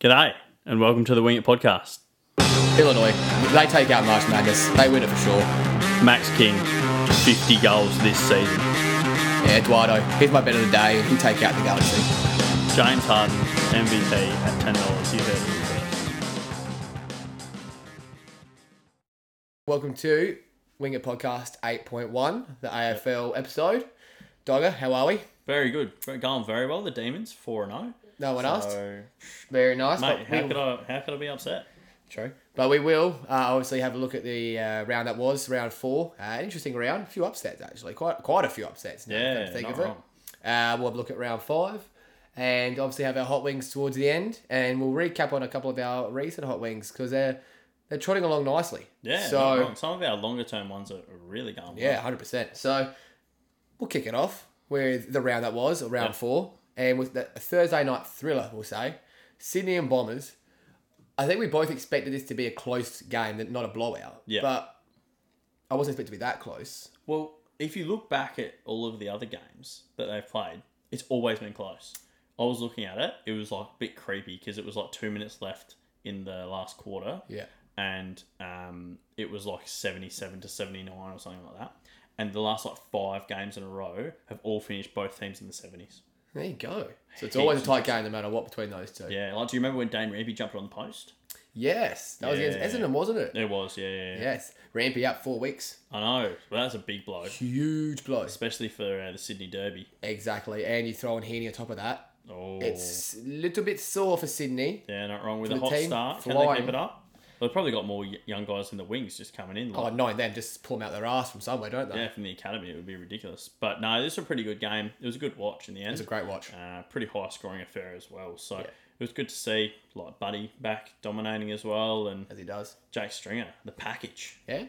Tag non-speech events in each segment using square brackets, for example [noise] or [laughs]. G'day, and welcome to the Wing It podcast. Illinois, they take out March Madness. They win it for sure. Max King, 50 goals this season. Yeah, Eduardo, he's my bet of the day. He'll take out the galaxy. James Harden, MVP at $10. You heard it here. Welcome to Wing It Podcast 8.1, the AFL episode. Dogger, how are we? Very good. Going very well. The Demons, 4 0. No one asked. So, Very nice. mate, but we- how could, I, how could I be upset? True. But we will uh, obviously have a look at the uh, round that was, round four. Uh, an interesting round. A few upsets, actually. Quite quite a few upsets. now that I Yeah, think not of it. wrong. Uh, we'll have a look at round five. And obviously have our hot wings towards the end. And we'll recap on a couple of our recent hot wings because they're, they're trotting along nicely. Yeah, not So, wrong. some of our longer term ones are are really going well. yeah, 100%. So, we'll kick it off with the round that was, round Yeah. four. And with the a Thursday night thriller, we'll say, Sydney and Bombers. I think we both expected this to be a close game, that not a blowout. Yeah. But I wasn't expected to be that close. Well, if you look back at all of the other games that they've played, it's always been close. I was looking at it, it was like a bit creepy because it was like two minutes left in the last quarter. Yeah. and um, it was like 77 to 79 or something like that. And the last like five games in a row have all finished both teams in the 70s. There you go. So it's always a tight game no matter what between those two. Yeah, like do you remember when Dane Rampy jumped on the post? Yes. That was Yeah. against Essendon, wasn't it? It was, yeah, yeah, yeah. Yes. Rampy up four weeks. I know. Well, that's a big blow, Huge blow. especially for uh, the Sydney Derby. Exactly. And you throw in Heaney on top of that. Oh, It's a little bit sore for Sydney. yeah, not wrong with for a the hot team, start. Can they flying. keep it up? Well, they've probably got more y- young guys in the wings just coming in. Oh, Like, knowing them, just pull them out their ass from somewhere, don't they? yeah, from the academy, it would be ridiculous. But no, this was a pretty good game. It was a good watch in the end. It's a great watch. uh, pretty high scoring affair as well. So it was good to see like Buddy back dominating as well, and As he does. Jake Stringer, the package. Yeah,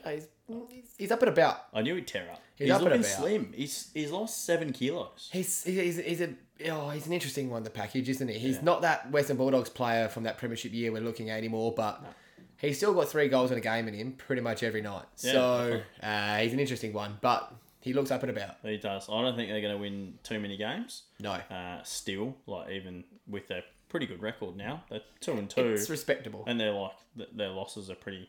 Oh, he's, he's up and about. I knew he'd tear up. He's He's, up and looking about. slim. He's he's lost seven kilos. He's he's, he's a oh, he's an interesting one. The package, isn't he? He's not that Western Bulldogs player from that Premiership year we're looking at anymore, but he's still got three goals in a game in him pretty much every night. so uh, he's an interesting one, but he looks up and about. He does. I don't think they're going to win too many games. No, Uh, still, like even with their pretty good record now, they're two and two, it's respectable. and they're like th- their losses are pretty,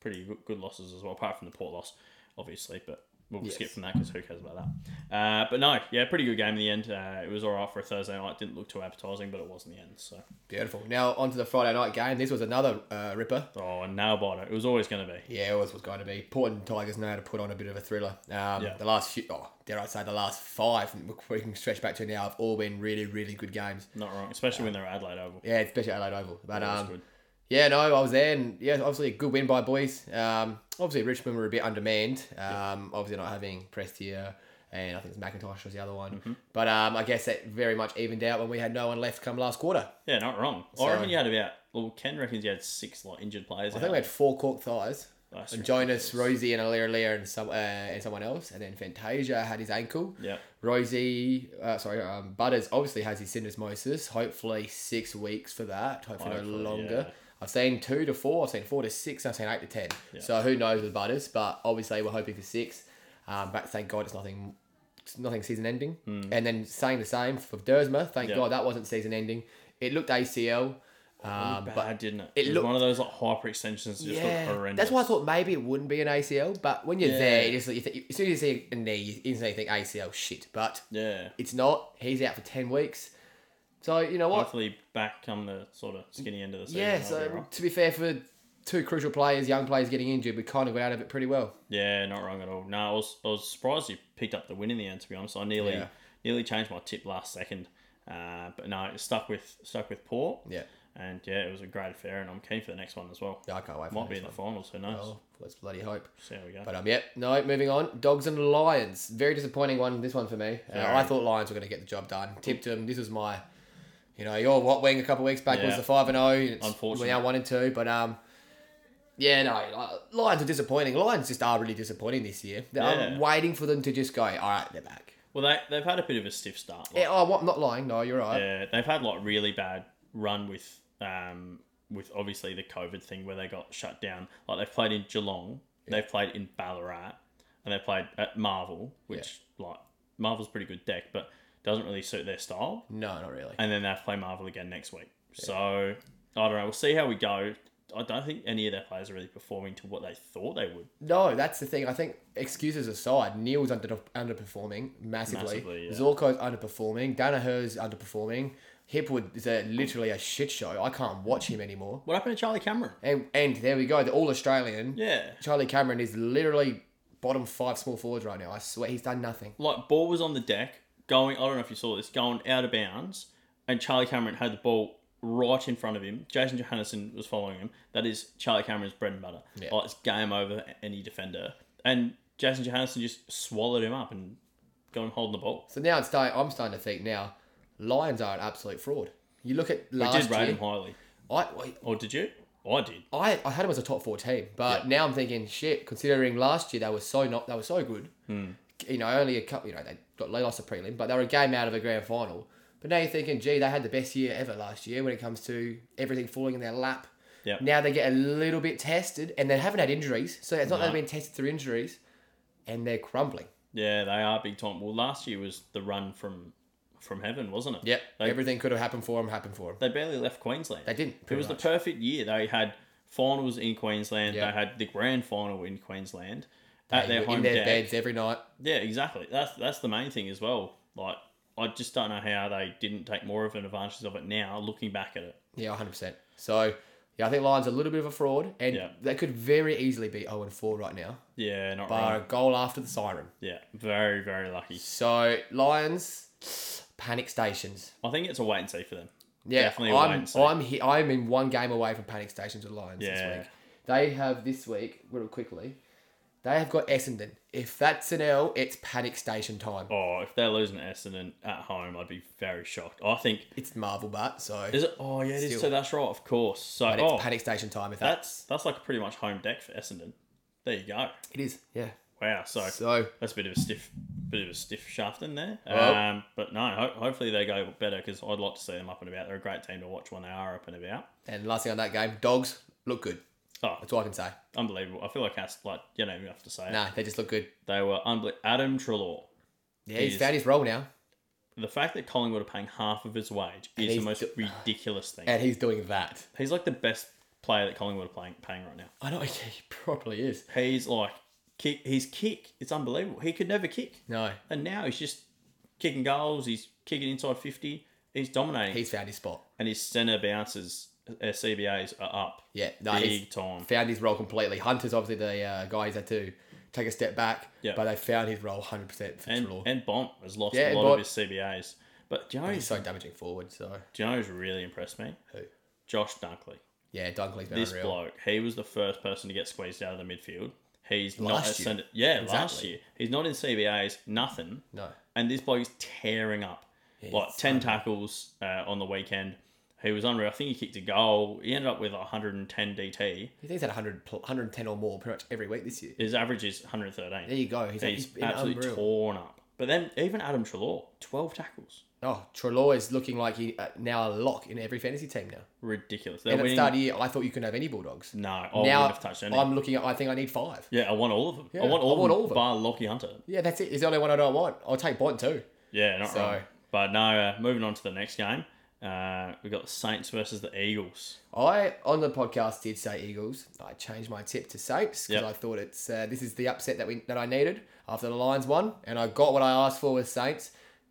pretty good, good losses as well. Apart from the Port loss, obviously, but we'll skip from that because who cares about that? Uh, but no, yeah, pretty good game in the end. Uh, it was all right for a Thursday night. Didn't look too appetising, but it was in the end. So Beautiful. Now on to the Friday night game. This was another uh, ripper. oh, a nail biter. It was always going to be. Yeah, it was, was going to be. Port and Tigers know how to put on a bit of a thriller. Um, The last few, oh, dare I say, the last five we can stretch back to now have all been really, really good games. Not wrong, especially when they're at Adelaide Oval. Yeah, especially Adelaide Oval. But That was um, good. Yeah, no, I was there, and yeah, obviously a good win by boys. Um, obviously Richmond were a bit undermanned. Um, obviously not having Prestia, and I think it's McIntosh was the other one. Mm-hmm. But um, I guess that very much evened out when we had no one left come last quarter. Yeah, not wrong. So- I reckon you had about. Well, Ken reckons you had six like injured players. I think we had four cork thighs. That's And Jonas, Rosie, and Alira Lear, and some uh, and someone else, and then Fantasia had his ankle. yeah, Rosie, uh, sorry, um, Butters obviously has his syndesmosis. Hopefully six weeks for that. Hopefully, Hopefully, no longer. yeah. I've seen two to four. I've seen four to six. I've seen eight to ten. So who knows with Butters? But obviously we're hoping for six. Um, but thank God it's nothing, it's nothing season ending. And then saying the same for Dersma. Thank Hmm. Yeah. God that wasn't season ending. It looked ACL. Um, bad, but didn't it? it It, was looked- one of those like hyperextensions that just looked yeah, horrendous. that's why I thought maybe it wouldn't be an ACL. But when you're Yeah. there, you just, you think, as soon as you see a knee, you instantly think ACL shit. But Yeah. It's not. He's out for 10 weeks. So, you know what? Hopefully, back come the sort of skinny end of the season. Yeah, they'll be so alright. to be fair, for two crucial players, young players getting injured, we kind of got out of it pretty well. yeah, not wrong at all. No, I was, I was surprised you picked up the win in the end. To be honest, I nearly Yeah. nearly changed my tip last second, uh, but no, it stuck with stuck with Port. Yeah. and yeah, it was a great affair, and I'm keen for the next one as well. Yeah, I can't wait for Might the be in next the finals. Who knows? Oh, let's bloody hope. See how we go. But, um, yep, no, moving on. Dogs and Lions. Very disappointing one, this one for me. Uh, I Very. thought Lions were going to get the job done. Tipped them. This was my, you know, your what wing a couple of weeks back was Yeah. the 5 and 0. and it's- Unfortunate. We now 1 and 2, but, um, yeah, no, uh, Lions are disappointing. Lions just are really disappointing this year. They- Yeah. I'm waiting for them to just go, all right, they're back. well, they they've had a bit of a stiff start. Like, Yeah, oh, what, not lying. No, you're right. Yeah, they've had like really bad run with um with obviously the COVID thing where they got shut down. Like they've played in Geelong, they've played in Ballarat, and they played at Marvel, which like Marvel's a pretty good deck, but doesn't really suit their style. No, not really. And then they have to play Marvel again next week. So I don't know. We'll see how we go. I don't think any of their players are really performing to what they thought they would. No, that's the thing. I think excuses aside, Neil's under, underperforming massively. Massively, yeah. Zorko's underperforming. Danaher's underperforming. Hipwood is a, literally a shit show. I can't watch him anymore. What happened to Charlie Cameron? And and there we go. The All Australian Yeah. Charlie Cameron is literally bottom five small forwards right now. I swear he's done nothing. Like, ball was on the deck, going, I don't know if you saw this, going out of bounds, and Charlie Cameron had the ball right in front of him. Jason Johannesson was following him. That is Charlie Cameron's bread and butter. Yeah. Like, it's game over any defender. And Jason Johannesson just swallowed him up and got him holding the ball. So now it's starting. I'm starting to think now. Lions are an absolute fraud. You look at I last did rate year. him highly. I, Or did you? I did. I I had him as a top four team, but now I'm thinking shit. Considering last year they were so not they were so good. Hmm. You know, only a couple. You know, they got they lost a prelim, but they were a game out of a grand final. But now you're thinking, gee, they had the best year ever last year when it comes to everything falling in their lap. Yep. Now they get a little bit tested, and they haven't had injuries, so it's not that they've been tested through injuries, and they're crumbling. Yeah, they are big time. Well, last year was the run from from heaven, wasn't it? Yep, They, everything could have happened for them, happened for them. they barely left Queensland. They didn't. It pretty was much. the perfect year. They had finals in Queensland. Yeah. They had the grand final in Queensland at They their were home in their deck. beds every night. Yeah, exactly. That's that's the main thing as well. Like, I just don't know how they didn't take more of an advantage of it now. Looking back at it, Yeah, 100%. So, yeah, I think Lions are a little bit of a fraud, and Yeah. they could very easily be 0 and 4 right now, yeah, not bar a right. goal after the siren. Yeah, very very lucky. So, Lions, panic stations. I think it's a wait and see for them. Yeah, Definitely a wait I'm, and see. I'm, he- I'm in one game away from panic stations with Lions Yeah. this week. They have this week, real quickly, they have got Essendon. If that's an L, it's panic station time. Oh, if they're losing to Essendon at home, I'd be very shocked. I think It's Marvel, but so. is it. Oh yeah, it is. Still. So that's right, of course. So But it's oh, panic station time if that. that's that's like pretty much home deck for Essendon. There you go. It is, yeah. Wow. So So, That's a bit of a stiff, bit of a stiff shaft in there. Well- um, but no, ho- hopefully they go better because I'd like to see them up and about. They're a great team to watch when they are up and about. and last thing on that game, dogs look good. Oh, That's all I can say. unbelievable! I feel like that's like you don't even have to say it. Nah, they just look good. They were unbelievable. Adam Trelaw. Yeah, he's He's- found his role now, The fact that Collingwood are paying half of his wage is the he's most do- ridiculous thing. and he's doing that. He's like the best player that Collingwood are playing, paying right now. I know [laughs] he probably is. He's like kick. His kick. It's unbelievable. He could never kick, No, and now he's just kicking goals. He's kicking inside fifty. He's dominating. he's found his spot. and his centre bounces, uh, CBAs are up Yeah, no, he's big time. found his role completely. Hunter's obviously the uh, guy he's had to take a step back, Yeah. but they found his role 100% for And, Trelaw. and Bont has lost a Yeah, and lot of Bont- his CBAs. But do you, know He's who's, so damaging forward, so do you know who's really impressed me? who? Josh Dunkley. Yeah, Dunkley's been This unreal. bloke, he was the first person to get squeezed out of the midfield. He's not Last a year. centre. Yeah, last Exactly. year. He's not in CBAs, nothing. No, And this bloke is tearing up. like it's 10 tackles uh, on the weekend. He was unreal. I think he kicked a goal. He ended up with 110 DT. he thinks he's had 100, pl- 110 or more pretty much every week this year. His average is 113. There you go. He's, he's He's been absolutely unreal. torn up. But then even Adam Trelaw, twelve tackles, Oh, Trelaw is looking like he uh, now a lock in every fantasy team now. ridiculous. They're And at the winning. start of the year, I thought you couldn't have any Bulldogs. no, I wouldn't now have touched any. I'm looking at. I think I need five. yeah, I want all of them. Yeah, I want all, I want of all of them, them. bar Lockie Hunter. Yeah, that's it. It's the only one I don't want. I'll take Bond too. Yeah, not So- right. But no, uh, moving on to the next game, uh, we got the Saints versus the Eagles. I on the podcast did say Eagles. I changed my tip to Saints because Yep. I thought it's uh, this is the upset that we that I needed after the Lions won, and I got what I asked for with Saints.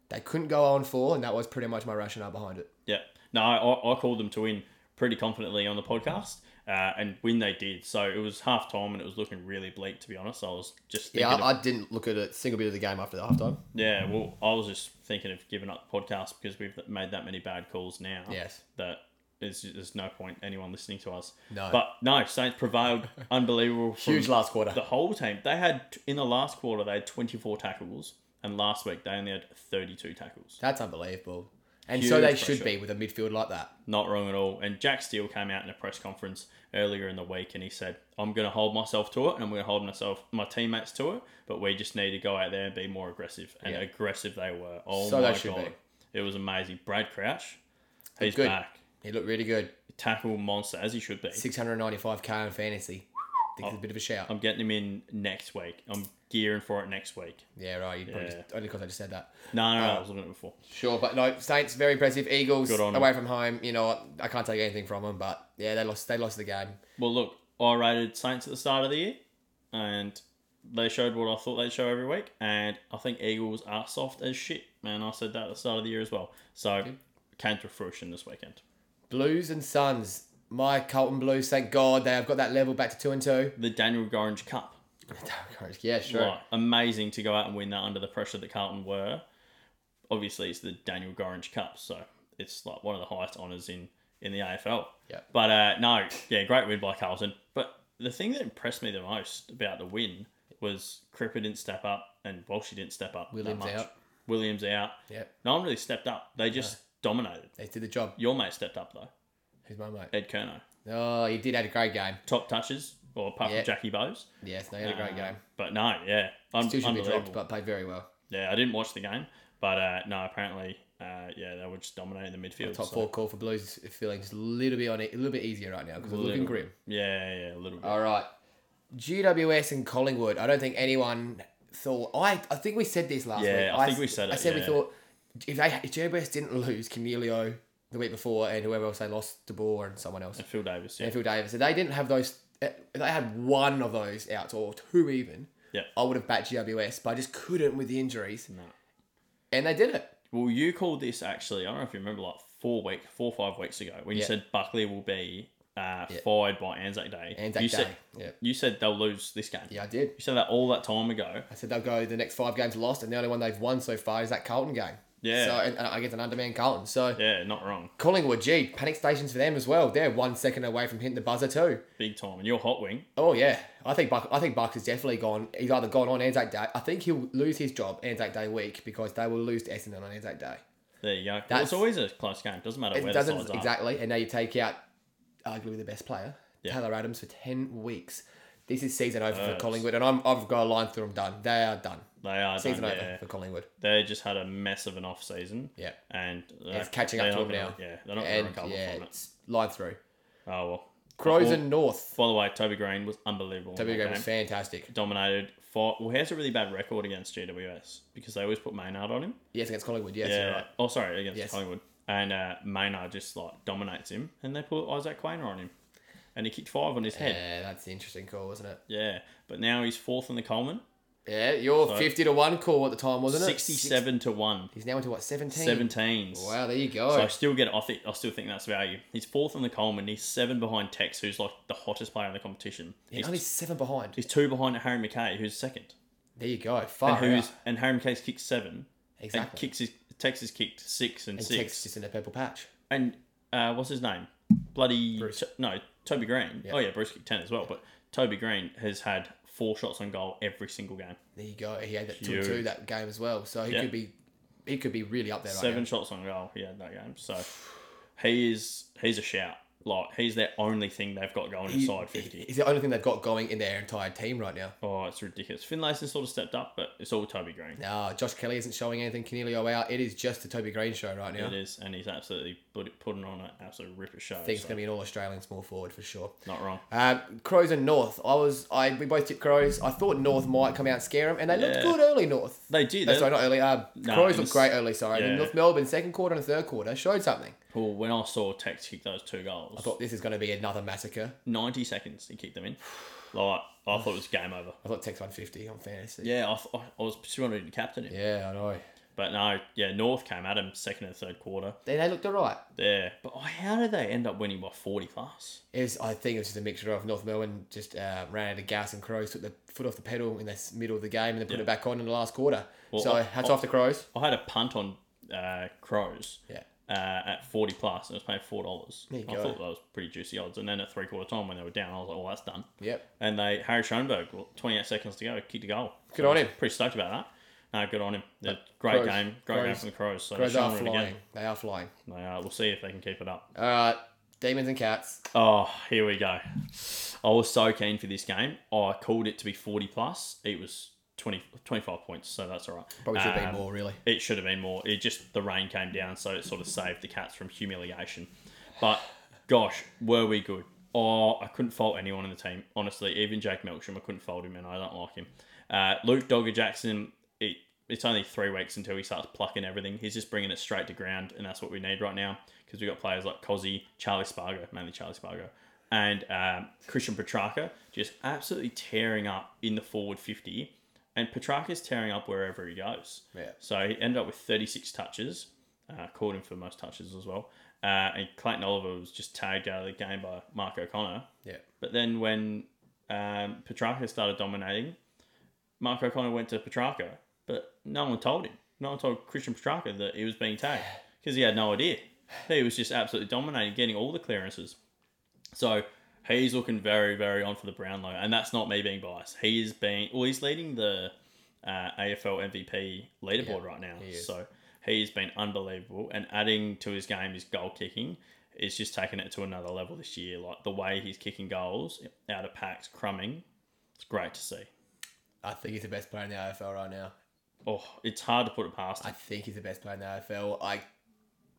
They couldn't go on four, and that was pretty much my rationale behind it. Yeah, no, I, I called them to win pretty confidently on the podcast. Uh, and win they did. So it was half time and it was looking really bleak, to be honest. I was just thinking Yeah, of- I, I didn't look at a single bit of the game after the halftime. Yeah, well, I was just thinking of giving up the podcast because we've made that many bad calls now. Yes. That there's, there's no point anyone listening to us. No. But no, Saints [laughs] prevailed. Unbelievable. from Huge last quarter. The whole team. They had, in the last quarter, they had 24 tackles. And last week, they only had 32 tackles. That's unbelievable. And so Huge they should pressure. be with a midfield like that. Not wrong at all. And Jack Steele came out in a press conference earlier in the week and he said, I'm going to hold myself to it and I'm going to hold myself, my teammates to it, but we just need to go out there and be more aggressive. And Yeah. aggressive they were. Oh So they my should God. It was amazing. Brad Crouch, he's good. back. He looked really good. Tackle monster, as he should be. Six hundred ninety-five k in fantasy. Think it's a bit of a shout. I'm getting him in next week. I'm gearing for it next week. Yeah, right. You probably just, only because I just said that. No, no, no, I Uh, was looking at it before. Sure, but no, Saints very impressive. Eagles Good on 'em. away from home. You know, what, I can't take anything from them, but yeah, they lost. They lost the game. Well, look, I rated Saints at the start of the year, and they showed what I thought they'd show every week, and I think Eagles are soft as shit, man. I said that at the start of the year as well. So, came to fruition this weekend. Blues and Suns. My Colton Blues. Thank God they have got that level back to two and two. [laughs] The Daniel Gorringe Cup. yeah, sure. Like, amazing to go out and win that under the pressure that Carlton were. Obviously, it's the Daniel Gorringe Cup, so it's like one of the highest honours in, in the AFL. Yeah. But uh, no, yeah, great win by Carlton. But the thing that impressed me the most about the win was Cripper didn't step up and Walshy didn't step up. that Williams much. out. Williams out. Yep. No one really stepped up. They just dominated. They did the job. Your mate stepped up though. Who's my mate? Ed Kerno. Oh, he did have a great game. Top touches, or apart Yeah. from Jackie Bowes. Um, Yes, no, he had a great game. But no, yeah, un- Still should be unbelievable. dropped, but played very well. Yeah, I didn't watch the game, but uh, no, apparently, uh, yeah, they were just dominating the midfield. Top so- four call for Blues is feeling just a little bit on it, a little bit easier right now because it's looking Little- grim. Yeah, yeah, a little bit. All right, GWS and Collingwood. I don't think anyone thought. I I think we said this last week. Yeah, I think we said I it, said we yeah. thought if they if GWS didn't lose Camilio the week before and whoever else they lost, De Boer and someone else, And Phil Davis, yeah. and Phil Davis, if they didn't have those, if they had one of those outs or two even, yeah. I would have backed GWS, but I just couldn't with the injuries. No. And they did it. Well, you called this actually. I don't know if you remember, like four week, four or five weeks ago, when you Yeah. said Buckley will be uh, fired by Anzac Day. Anzac you Day. Said, Yeah. You said they'll lose this game. Yeah, I did. You said that all that time ago. I said they'll go the next five games lost, and the only one they've won so far is that Carlton game. Yeah. So and, and I guess an underman Carlton. So Yeah, not wrong. Collingwood, gee, panic stations for them as well. They're one second away from hitting the buzzer too. Big time. And you're hot wing. Oh yeah, I think Buck, I think Bucks is definitely gone. He's either gone on Anzac Day. I think he'll lose his job Anzac Day week because they will lose to Essendon on Anzac Day. There you go. Well, That's- it's always a close game. Doesn't matter It where the sides doesn't are. exactly, and now you take out arguably the best player, Taylor Adams, for ten weeks. This is season over for Collingwood, and I'm, I've got a line through them done. They are done. They are. Season done, over yeah. for Collingwood. They just had a mess of an off season. Yeah. And It's catching up they're to not them gonna- now. Yeah, they're not going to And recover yeah, from it. it's line through. Oh well. Crows Well, and North. By the way, Toby Green was unbelievable. in that WGA was game. fantastic. Dominated. Fought. Well, he has a really bad record against GWS because they always put Maynard on him. Yes, against Collingwood. Yes, Yeah. you're right. Oh, sorry, against Yes. Collingwood. And uh, Maynard just like dominates him, and they put Isaac Quainer on him, and he kicked five on his head. Yeah, that's the interesting call, wasn't it? Yeah. But now he's fourth in the Coleman, Yeah, your 50 to 1 call at the time, wasn't it? Six- sixty-seven to one. He's now into what, 17? 17s. Wow, there you go. So I still get. I think I still think that's value. He's fourth in the Coleman. He's seven behind Tex, who's like the hottest player in the competition. He's He's, only seven behind. he's two behind Harry McKay, who's second, There you go. Far and who's out. and Harry McKay's kicked seven. And Oh, Exactly. kicks his, Tex has kicked six and, And six. Tex just in a purple patch. And uh, what's his name? Bloody Bruce. no, Toby Green. Oh yeah, Bruce kicked ten as well. But Toby Green has had four shots on goal every single game. There you go. He had that 2 Huge. 2 that game as well. So he Yeah. could be he could be really up there right Seven now. shots on goal he had that game. So he is he's a shout. Like he's their only thing they've got going He- inside fifty. He's the only thing they've got going in their entire team right now. Oh, it's ridiculous. Finlayson sort of stepped up, but it's all Toby Green. No, Josh Kelly isn't showing anything. Canelio out. It is just the Toby Green show right now. It is, and he's absolutely put, putting on an absolute ripper show. think it's so going to be an all Australian small forward for sure. not wrong. Um, Crows and North. I was. I we both tipped Crows. I thought North might come out and scare them, and they Yeah. looked good early. North. They do. No, That's sorry, not early. Um, Nah, Crows it looked was- great early. Sorry, and yeah. then North Melbourne second quarter and third quarter showed something. Well, when I saw Tex kick those two goals, I thought this is going to be another massacre. 90 seconds he kicked them in. Like, I thought it was game over. I thought Tex won fifty on fantasy. Yeah, I, th- I was pursuing him to captain him. Yeah, I know. But no, yeah, North came at him second and third quarter. They, they looked alright. There. But how did they end up winning by 40 plus? It was, I think it was just a mixture of North Melbourne just uh, ran out of gas and Crows took the foot off the pedal in the s- middle of the game and then put it back on in the last quarter. so I- hats I- off to Crows. I had a punt on uh, Crows. Yeah. uh, at 40 plus and it was paying four dollars. I you go. thought that was pretty juicy odds. And then at three quarter time when they were down, I was like, "Well, that's done." Yep. And they Harry Schoenberg, well, 28 seconds to go, kicked a goal. Good on him. Pretty stoked about that. No, good on him. The great Crows- game, great game Crows- from the Crows. So Crows they're are showing it flying. again. They are flying. They are. we'll see if they can keep it up. All right, demons and cats. Oh, here we go. I was so keen for this game. I called it to be 40 plus. It was 20, 25 points, so that's all right. Probably should Um, be more, really. It should have been more. It just the rain came down, so it sort of saved the cats from humiliation. But gosh, were we good? Oh, I couldn't fault anyone in the team. Honestly, even Jake Melksham, I couldn't fault him, and I don't like him. Uh, Luke Dogger Jackson, it, it's only three weeks until he starts plucking everything. He's just bringing it straight to ground, and that's what we need right now because we've got players like Cozzy, Charlie Spargo, mainly Charlie Spargo, and um, Christian Petrarca just absolutely tearing up in the forward 50. And Petrarca's tearing up wherever he goes. Yeah. So he ended up with 36 touches, uh, called him for most touches as well. Uh, and Clayton Oliver was just tagged out of the game by Mark O'Connor. Yeah. But then when um, Petrarca started dominating, Mark O'Connor went to Petrarca, but no one told him. No one told Christian Petrarca that he was being tagged because he had no idea. He was just absolutely dominating, getting all the clearances. So he's looking very, very on for the Brownlow, and that's not me being biased. He is being, well, he's leading the uh, AFL MVP leaderboard Yeah, right now. he is. so he's been unbelievable, and adding to his game is goal kicking. It's just taken it to another level this year. Like the way he's kicking goals out of packs, crumbing, it's great to see. I think he's the best player in the AFL right now. Oh, it's hard to put it past I him. think he's the best player in the AFL. I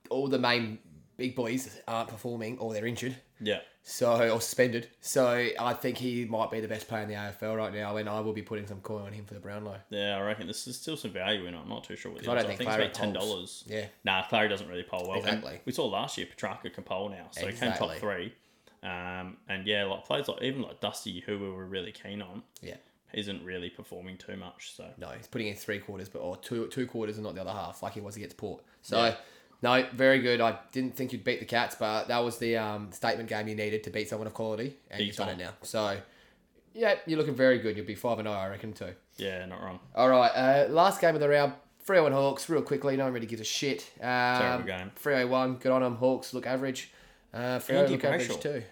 all the main big boys aren't performing or they're injured, Yeah, so or suspended. So I think he might be the best player in the AFL right now, and I will be putting some coin on him for the Brownlow. yeah, I reckon there's, there's still some value in it. I'm not too sure what it is. I I don't think, think it's Clary about ten polls. dollars. Yeah, Nah, Clary doesn't really poll well. And Exactly. we saw last year Petrarca can poll now, so he came top Exactly. three. Um, and yeah, like players like even like Dusty, who we were really keen on, yeah. isn't really performing too much. So No, he's putting in three quarters, but or two two quarters and not the other half, like he was against Port. So no, very good. I didn't think you'd beat the Cats, but that was the um, statement game you needed to beat someone of quality, and Big you've done time. it now. So yeah, you're looking very good. You'll be five and zero, I reckon, too. yeah, not wrong. All right, uh, last game of the round. Freo and Hawks, real quickly. No one really gives a shit. Um, Terrible game. Freo won. Good on them. Hawks look average. Uh, Freo Andy look average Brayshaw. too.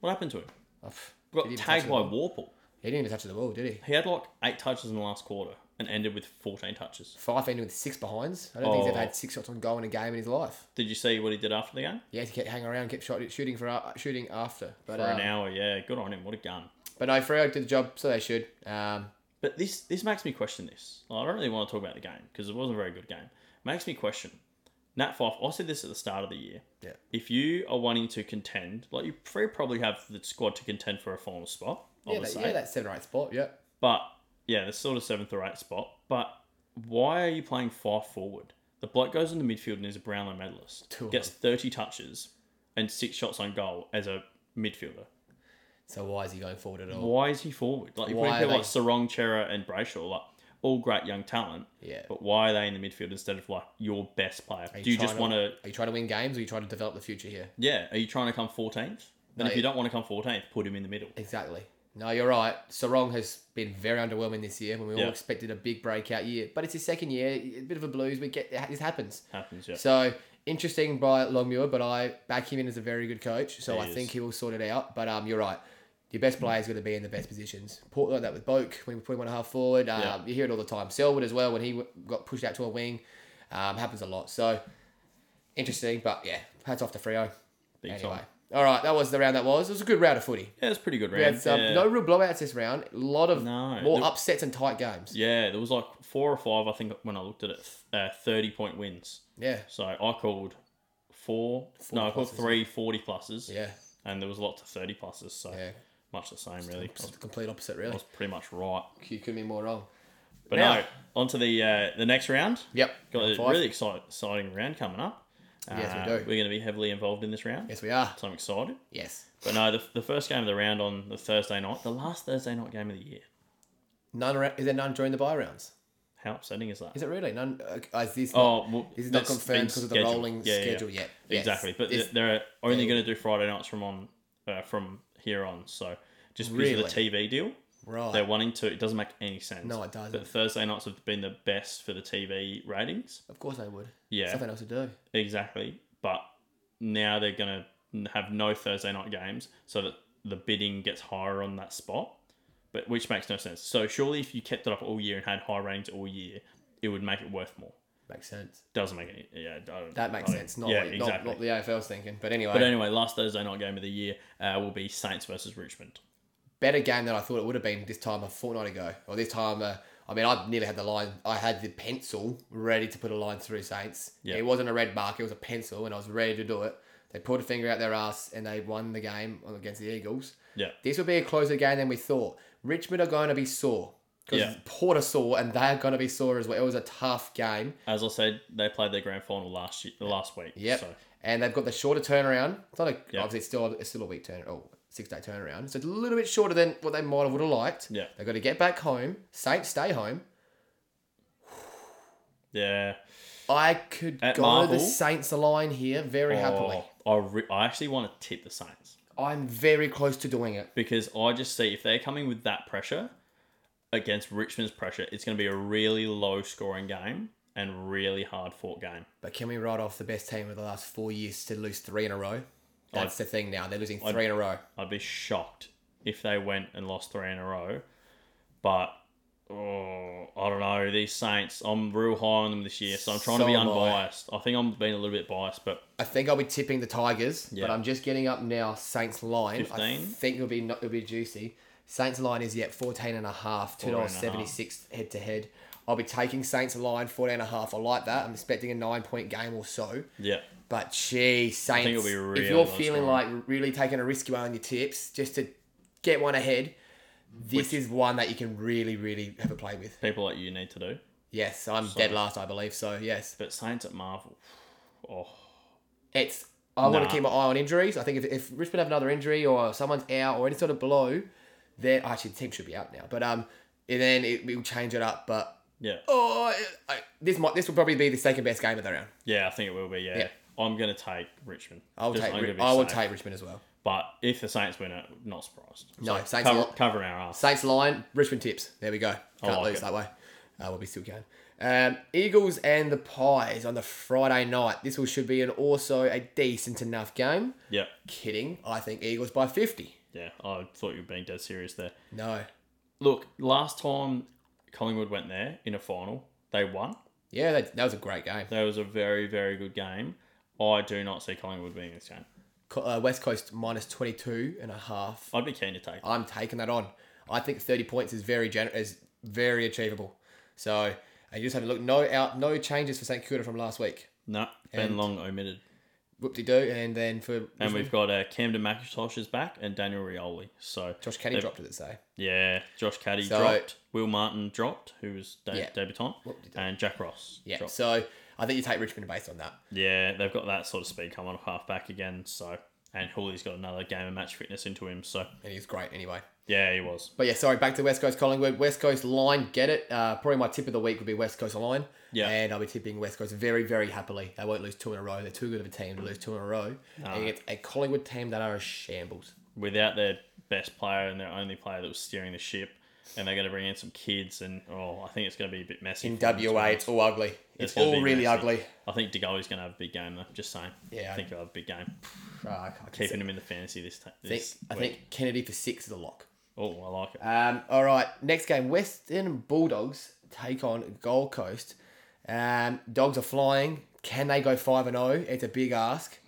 What happened to him? Oh, pff, Got didn't even touch tagged the by ball. Warple. He didn't even touch the ball, did he? He had like eight touches in the last quarter and ended with 14 touches. Five ended with six behinds. I don't think he's Oh. ever had six shots on goal in a game in his life. Did you see what he did after the game? Yeah, he kept hanging around, kept shot, shooting for uh, shooting after. But For an um, hour, yeah, good on him. What a gun. but no, Freo did the job, so they should. Um, But this this makes me question this. I don't really want to talk about the game because it wasn't a very good game. makes me question. Nat Fife, I said this at the start of the year. Yeah. If you are wanting to contend, like you very probably have the squad to contend for a final spot, I yeah, would that, say. yeah, that seven or eight spot. Yep. But yeah, the sort of seventh or eighth spot. But why are you playing Fife forward? The bloke goes in the midfield and is a Brownlow medalist. Two of gets thirty touches and six shots on goal as a midfielder. So why is he going forward at all? Why is he forward? Like you're Why putting are people they- like Sarong, Chera, and Brayshaw, like all great young talent. Yeah. But why are they in the midfield instead of like your best player? Do you trying just want to? Are you trying to win games, or are you trying to develop the future here? Yeah. Are you trying to come 14th? Then No, if you yeah. don't want to come 14th, put him in the middle. Exactly. No, you're right. Sarong has been very underwhelming this year when we Yeah. all expected a big breakout year. But it's his second year, a bit of a blues. We get this happens. Happens. Yeah. So interesting by Longmuir, but I back him in as a very good coach. So He I is. think he will sort it out. But um, you're right. Your best player is going to be in the best positions. Port like that with Boak when we put him on a half forward. Um, Yeah. You hear it all the time. Selwood as well when he w- got pushed out to a wing. Um, happens a lot. So interesting, but yeah, hats off to Frio. Big Anyway, time. all right, that was the round that was. It was a good round of footy. Yeah, it's a pretty good We round. had some yeah. um, no real blowouts this round. A lot of No. more There- upsets and tight games. yeah, there was like four or five. I think when I looked at it, uh, 30 point wins. Yeah, So I called four. no, I called pluses. three 40 pluses. yeah, And there was lots of 30 pluses. So yeah. much the same, really. I It's the complete opposite, really. was pretty much right. You couldn't be more wrong. But Now- no, on to the uh, the next round. Yep. Got a round five. really exciting, exciting round coming up. Uh, Yes, we do. We're going to be heavily involved in this round, Yes, we are. so I'm excited. Yes. But no, the, the first game of the round on the Thursday night, the last Thursday night game of the year. None are, is there none during the buy rounds? How upsetting is that? Is it really none? Uh, is this not, oh, well, this is not that's confirmed been because of the scheduled. rolling Yeah, yeah, yeah. schedule yet? Yes. Exactly, but This- th- they're only yeah. going to do Friday nights from on uh, from here on. So just because of the TV deal, right. they're wanting to. It doesn't make any sense. No, it But doesn't. Thursday nights have been the best for the TV ratings. Of course they would. Yeah, Something else to do. Exactly. But now they're going to have no Thursday night games so that the bidding gets higher on that spot, but which makes no sense. So surely if you kept it up all year and had high ratings all year, it would make it worth more. Makes sense. Doesn't make any yeah, I don't, That I makes don't- sense. Not, Oh, yeah, what, exactly. not, not the AFL's thinking. But anyway, but anyway, last Thursday night game of the year uh, will be Saints versus Richmond. better game than I thought it would have been this time a fortnight ago. Or this time, uh, I mean, I nearly had the line. I had the pencil ready to put a line through Saints. Yeah. It wasn't a red mark. It was a pencil, and I was ready to do it. They pulled a finger out their ass and they won the game against the Eagles. Yeah, This will be a closer game than we thought. Richmond are going to be sore. because Yeah. Port are sore and they're going to be sore as well. It was a tough game. As I said, they played their grand final last year, last week. Yep. So And they've got the shorter turnaround. It's not a, Yeah. obviously it's still it's still a week turn oh six day turnaround. So it's a little bit shorter than what they might have would have liked. Yeah. They've got to get back home. Saints stay home. yeah, I could At go Marvel? the Saints line here very happily. Oh, I, re- I actually want to tip the Saints I'm very close to doing it. because I just see if they're coming with that pressure against Richmond's pressure, it's going to be a really low scoring game and really hard fought game. But can we write off the best team of the last four years to lose three in a row? That's the thing now. They're losing 3 in a row. I'd be shocked if they went and lost three in a row. But oh, I don't know. These Saints, I'm real high on them this year, so I'm trying So to be am I. unbiased. I. think I'm being a little bit biased, but I think I'll be tipping the Tigers, Yeah. but I'm just getting up now Saints line. I 15? think it'll be not, it'll be juicy. Saints line is yet 14 and a half, $2.76 head to head. I'll be taking Saints line 14 and a half. I like that. I'm expecting a 9 point game or so. yeah, But gee, Saints, it'll be really if you're low feeling like scoring. really taking a risk you are on your tips just to get one ahead, this is one that you can really, really have a play with. people like you need to do. Yes, I'm dead last, I believe. So yes, But Saints at Marvel, oh, it's. I want Nah. to keep my eye on injuries. I think if, if Richmond have another injury or someone's out or any sort of blow, then actually the team should be out now. But um, and then it will change it up. But yeah, oh, I, I- this might this will probably be the second best game of the round. yeah. I think it will be. Yeah, Yeah. I'm gonna take Richmond. I'll Just- take. I'm gonna Ri- be I will safe. take Richmond as well. But if the Saints win it, not surprised. No, So Saints cover, are- covering our ass. Saints line Richmond tips. There we go. Can't like lose it. that way. Uh, well, we still can. Um, Eagles and the Pies on the Friday night. This will should be an also a decent enough game. Yeah, Kidding. I think Eagles by fifty. yeah. I thought you were being dead serious there. No. Look, last time Collingwood went there in a final, they won. Yeah, that, that was a great game. That was a very, very good game. I do not see Collingwood winning this game. Co- Uh, West Coast minus 22 and a half. I'd be keen to take. I'm taking that on. I think 30 points is very gener- is very achievable. So I just have a look. No out, no changes for St Kilda from last week. No, Ben Long omitted. Whoop de doo, and then for And we've got uh, Camden McIntosh is back and Daniel Rioli. So, Josh Kenny dropped it. Say yeah, Josh Caddy So- dropped. Will Martin dropped, who was da- Yeah. debutant. And Jack Ross yeah. dropped. So I think you take Richmond based on that. Yeah, they've got that sort of speed coming off half back again. So, and Hooley's got another game of match fitness into him. So, and he was great anyway. yeah, he was. But yeah, sorry, back to West Coast Collingwood. West Coast line, get it. Uh, probably my tip of the week would be West Coast line. Yeah. And I'll be tipping West Coast very, very happily. They won't lose two in a row. They're too good of a team to lose two in a row. And it's a Collingwood team that are a shambles. Without their best player and their only player that was steering the ship, and they're going to bring in some kids, and oh, I think it's going to be a bit messy. In for them as WA, well. it's all ugly. It's, gonna all be really messy. ugly. I think DeGoey's going to have a big game though. Just saying. Yeah. I think he'll have a big game. Oh, I can't Keeping him in the fantasy this time. think, I think Kennedy for six is a lock. Oh, I like it. Um, all right, next game Western Bulldogs take on Gold Coast. Um, dogs are flying. Can they go 5 and 0? It's a big ask.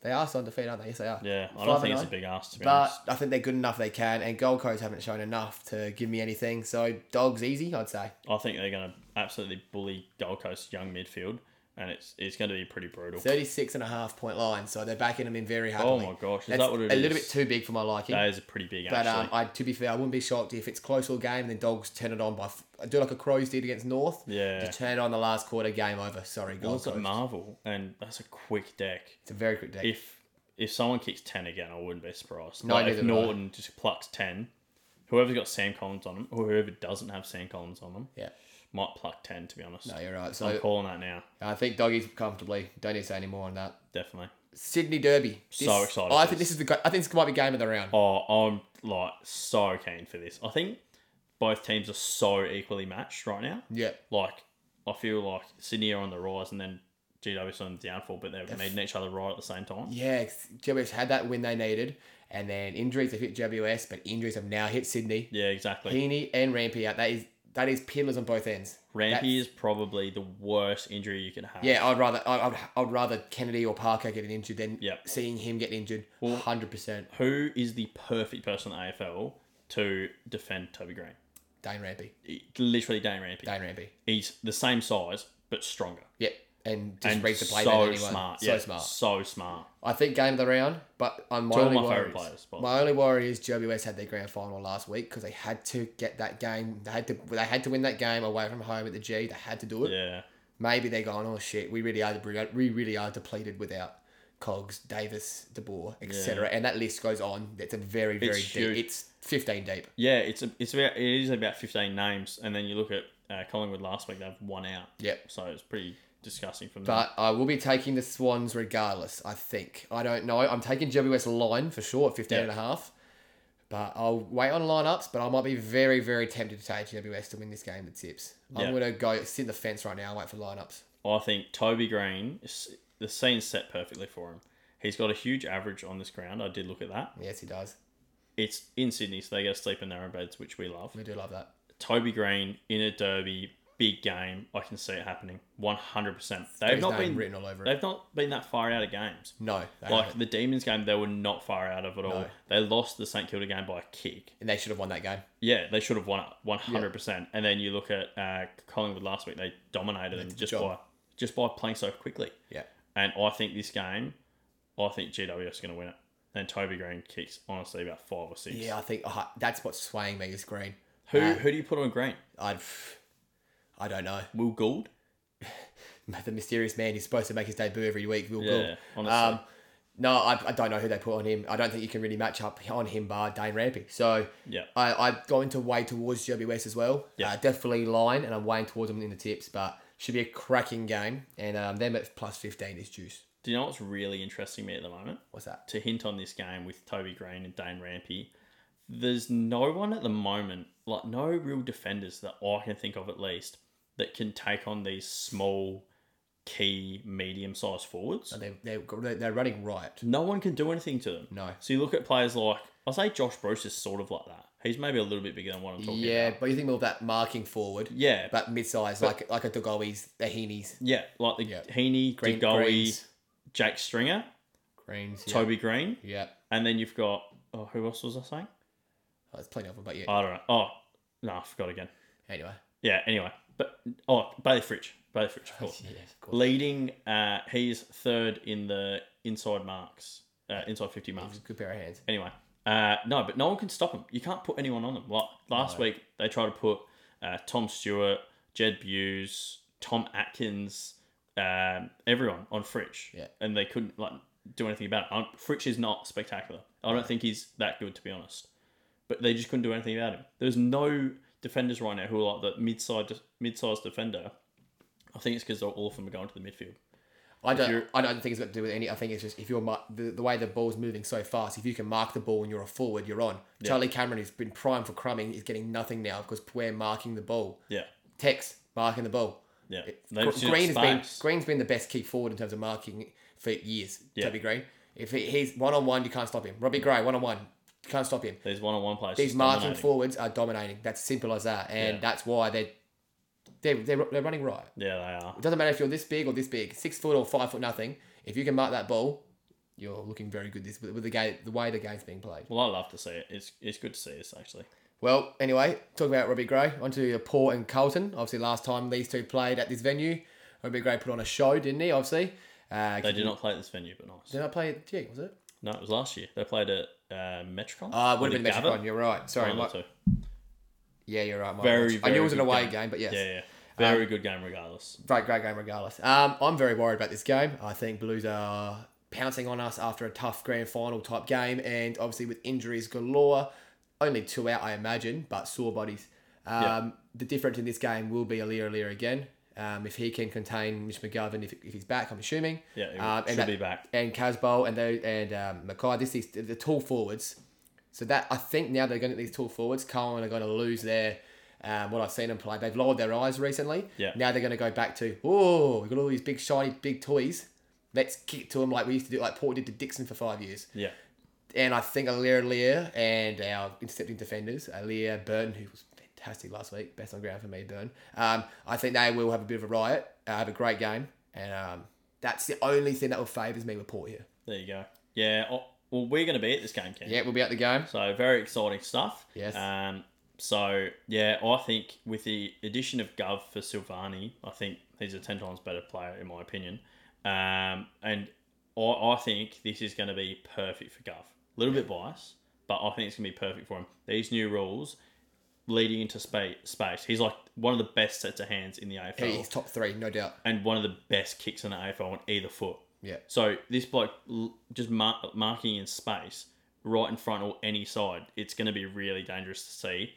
They are still undefeated, aren't they? Yes, they are. yeah, I Five don't think and it's a oh. big ask to be But honest. I think they're good enough they can, and Gold Coast haven't shown enough to give me anything. So dogs easy, I'd say. I think they're going to absolutely bully Gold Coast young midfield, and it's it's going to be pretty brutal. 36 and a half point line, so they're backing them in very Oh happily. my gosh, is That's that what it a is? little bit too big for my liking. That is a pretty big but actually. um, I, to be fair, I wouldn't be shocked if it's close all game and then dogs turn it on by f- do like a Crows did against North. Yeah. Just turn it on the last quarter, game over. Sorry, Gold Look at Coast. Marvel, and that's a quick deck. It's a very quick deck. If if someone kicks ten again, I wouldn't be surprised. No, Like, if neither would I. Norton just plucks ten, whoever's got Sam Collins on them, or whoever doesn't have Sam Collins on them, yeah. might pluck ten. To be honest, No, you're right. I'm So calling that now. I think doggies comfortably. Don't need to say any more on that. Definitely. Sydney Derby. So This- excited I for think this. this is the. go- I think this might be game of the round. Oh, I'm like so keen for this. I think both teams are so equally matched right now. Yeah. Like, I feel like Sydney are on the rise and then GWS on the downfall, but they're meeting each other right at the same time. Yeah, 'cause GWS had that win they needed, and then injuries have hit GWS, but injuries have now hit Sydney. Yeah, exactly. Heaney and Rampy out. That is that is piddlers on both ends. Rampy is probably the worst injury you can have. Yeah, I'd rather I- I'd, I'd rather Kennedy or Parker getting injured than Yep. seeing him get injured. Hundred percent, Who is the perfect person in the AFL to defend Toby Green? Dane Rampy, It- Literally Dane Rampy. Dane Rampy. He's the same size but stronger. Yep, and just And read the play so then anyway. smart. So yeah, smart. So smart. I think game of the round, but I'm my Two of only my worry favourite is- players, but- My only worry is GWS had their grand final last week because they had to get that game. They had to they had to win that game away from home at the G. They had to do it. Yeah. Maybe they're going, oh shit, we really are we really are depleted without Cogs, Davis, De Boer, etc. And that list goes on. It's a very very It's deep. huge. It's fifteen deep. Yeah, it's a, it's about it is about fifteen names, and then you look at uh, Collingwood last week; they've one out. Yep. So it's pretty disgusting from them. But I will be taking the Swans regardless, I think. I don't know. I'm taking GWS line for sure at 15 and a half. But I'll wait on lineups, but I might be very, very tempted to take GWS to win this game with tips. Yeah. I'm going to go sit in the fence right now and wait for lineups. I think Toby Green, s- the scene's set perfectly for him. He's got a huge average on this ground. I did look at that. Yes, he does. It's in Sydney, so they go to sleep in their own beds, which we love. We do love that. Toby Green in a derby, big game. I can see it happening. One hundred percent. They've His not name been written all over it. They've not been that far out of games. No. they Like haven't. the Demons game, they were not far out of it all. No. They lost the St Kilda game by a kick. and they should have won that game. Yeah, they should have won it one hundred percent. And then you look at uh, Collingwood last week; they dominated them did the just by job. just by playing so quickly. Yeah. And I think this game, I think GWS is going to win it. And Toby Green kicks honestly about five or six. Yeah, I think oh, that's what's swaying me is Green. Who Uh, who do you put on Green? I'd, [sighs] I don't know. [laughs] Will Gould? the mysterious man who's supposed to make his debut every week, Will Yeah, Gould. honestly. Um, no, I, I don't know who they put on him. I don't think you can really match up on him bar Dane Rampy. So Yeah. I, I've gone to way towards GWS as well. Yeah. Uh, definitely line, and I'm weighing towards them in the tips, but should be a cracking game. And um, them at plus 15 is juice. Do you know what's really interesting me at the moment? What's that? to hint on this game with Toby Green and Dane Rampy, there's no one at the moment, like no real defenders that I can think of at least, that can take on these small, key, medium sized forwards. They, Uh, they're, they're running right. No one can do anything to them. No. So you look at players like, I'll say Josh Bruce is sort of like that. He's maybe a little bit bigger than what I'm talking Yeah, about. but you think more of that marking forward, Yeah. But but mid size, like like a Dogowies, the Heaney's, yeah, like the Yeah. Heaney, Green, Degoe, Greens. Jake Stringer, Greens. Yeah. Toby Green, yeah. and then you've got, oh, who else was I saying? Oh, there's plenty of them, but yeah. I don't know. Oh, no, I forgot again. anyway. Yeah, anyway. But oh Bailey Fritch. Bailey Fritch, [laughs] of course. Yes, of course. Leading uh he's third in the inside marks. Uh, inside fifty marks. Good pair of hands. Anyway. Uh no, but no one can stop him. You can't put anyone on them. Like last week they tried to put uh, Tom Stewart, Jed Buse, Tom Atkins, um, everyone on Fritch. Yeah. And they couldn't like do anything about it. Um, Fritch is not spectacular. I don't think he's that good to be honest but they just couldn't do anything about him. There's no defenders right now who are like the mid-sized mid-sized defender. I think it's because all of them are going to the midfield. I don't. you're- I don't think it's got to do with any. I think it's just if you're mar- the, the way the ball's moving so fast. If you can mark the ball and you're a forward, you're on. Charlie Cameron, who's been primed for crumbing, is getting nothing now because we're marking the ball. Yeah, Tex marking the ball. yeah. Gr- They've just Green has been space. Green's been the best key forward in terms of marking for years. Yeah. Toby Green. If he, he's one on one, you can't stop him. Robbie Gray, one on one, you can't stop him. These one-on-one players. These just marking dominating. forwards are dominating. That's simple as that, and Yeah. that's why they're, they're they're they're running right. Yeah, they are. It doesn't matter if you're this big or this big, six foot or five foot nothing. If you can mark that ball, you're looking very good this with the game, the way the game's being played. Well, I love to see it. It's it's good to see this actually. Well, anyway, talking about Robbie Gray, onto Port and Carlton. Obviously, last time these two played at this venue, Robbie Gray put on a show, didn't he? Obviously, uh, They did not play at this venue, but nice. Did I play at G? Was it? No, it was last year. They played at uh, Metricon. Ah, uh, would Or have been the Gabba? Metricon. You're right. Sorry, One of my, the two. yeah, you're right. My Very, apologies. I very knew it was an good away game. game, but yes, Um, Yeah, yeah. Very good game, regardless. great, great game regardless. Um, I'm very worried about this game. I think Blues are pouncing on us after a tough grand final type game, and obviously with injuries galore, only two out, I imagine, but sore bodies. Um, The difference in this game will be Alir Alir again. Um, if he can contain Mitch McGovern, if, if he's back, I'm assuming. Yeah, he Um, and should that- be back. and Casbowl and those and um, Mackay. This is the tall forwards. So that I think now they're going to these tall forwards. Carlin are going to lose their um, what I've seen them play. They've lowered their eyes recently. Yeah. Now they're going to go back to oh, we got all these big shiny big toys. Let's kick it to them like we used to do, like Port did to Dixon for five years. Yeah, And I think Alir Alir and our intercepting defenders, Alir Burton, who was fantastic last week, best on ground for me, Burton. Um, I think they will have a bit of a riot, uh, have a great game, and um, that's the only thing that will favours me with Port here. there you go. Yeah. Oh, well, we're going to be at this game, Ken. Yeah, we'll be at the game. So very exciting stuff. Yes. Um, So yeah, I think with the addition of Gov for Silvani, I think he's a ten times better player in my opinion. Um, and I, I think this is going to be perfect for Gov. A little bit biased, but I think it's going to be perfect for him. These new rules leading into space, space. He's like one of the best sets of hands in the AFL, He's top three, no doubt. and one of the best kicks in the AFL on either foot. Yeah. So this bloke l- just mar- marking in space, right in front or any side, it's going to be really dangerous to see.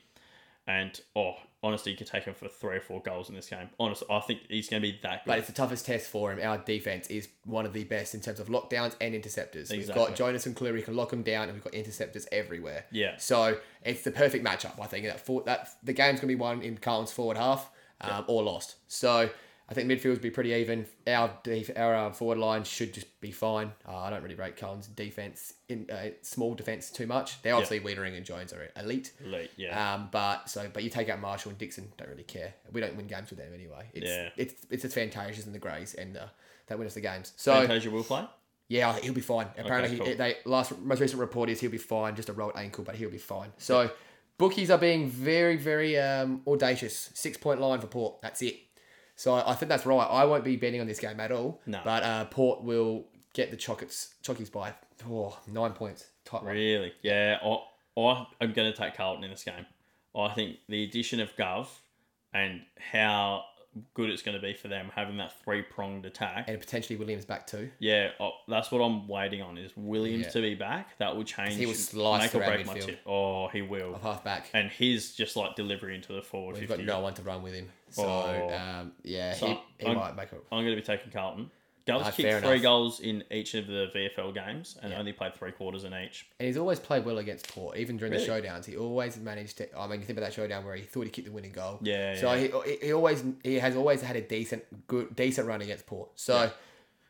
And oh, honestly, you could take him for three or four goals in this game. Honestly, I think he's going to be that good. But it's the toughest test for him. Our defense is one of the best in terms of lockdowns and interceptors. We've Exactly. got Jonas and Cleary can lock them down, and we've got interceptors everywhere. Yeah. So it's the perfect matchup. I think that for, that the game's gonna be won in Carlton's forward half um, or lost. So I think midfield's be pretty even. Our def- our uh, forward line should just be fine. Uh, I don't really rate Carlton's defense in uh, small defense too much. They're obviously Wienering and Jones are elite. Elite, yeah. Um, but so, but you take out Marshall and Dixon, don't really care. We don't win games with them anyway. It's, Yeah. it's it's it's Fantasias and the Greys and uh, that win us the games. So Fantasia will play. yeah, oh, he'll be fine. Apparently, cool. he, they last most recent report is he'll be fine, just a rolled ankle, but he'll be fine. So bookies are being very very um, audacious. Six point line for Port. That's it. So I think that's right. I won't be betting on this game at all. No. But uh, Port will get the Chocolates Chockies by oh, nine points. Tight one. Really? Yeah, I, I, I'm going to take Carlton in this game. I think the addition of Gov and how good it's going to be for them having that three pronged attack. and potentially Williams back too. yeah, I, that's what I'm waiting on is Williams Yeah. to be back. That will change. He will slice make or through our break my midfield. tip. Oh, he will. Of half back. And his just like delivery into the forward We've got 50. no one to run with him. So, Oh. um, yeah, So, he, he I'm- might make a. I'm going to be taking Carlton. Gov's Ah, fair kicked three enough. goals in each of the VFL games and only played three quarters in each. And he's always played well against Port, even during Really? the showdowns. He always managed to. I mean, you think about that showdown where he thought he kicked the winning goal. Yeah, So He, he always he has always had a decent good decent run against Port. So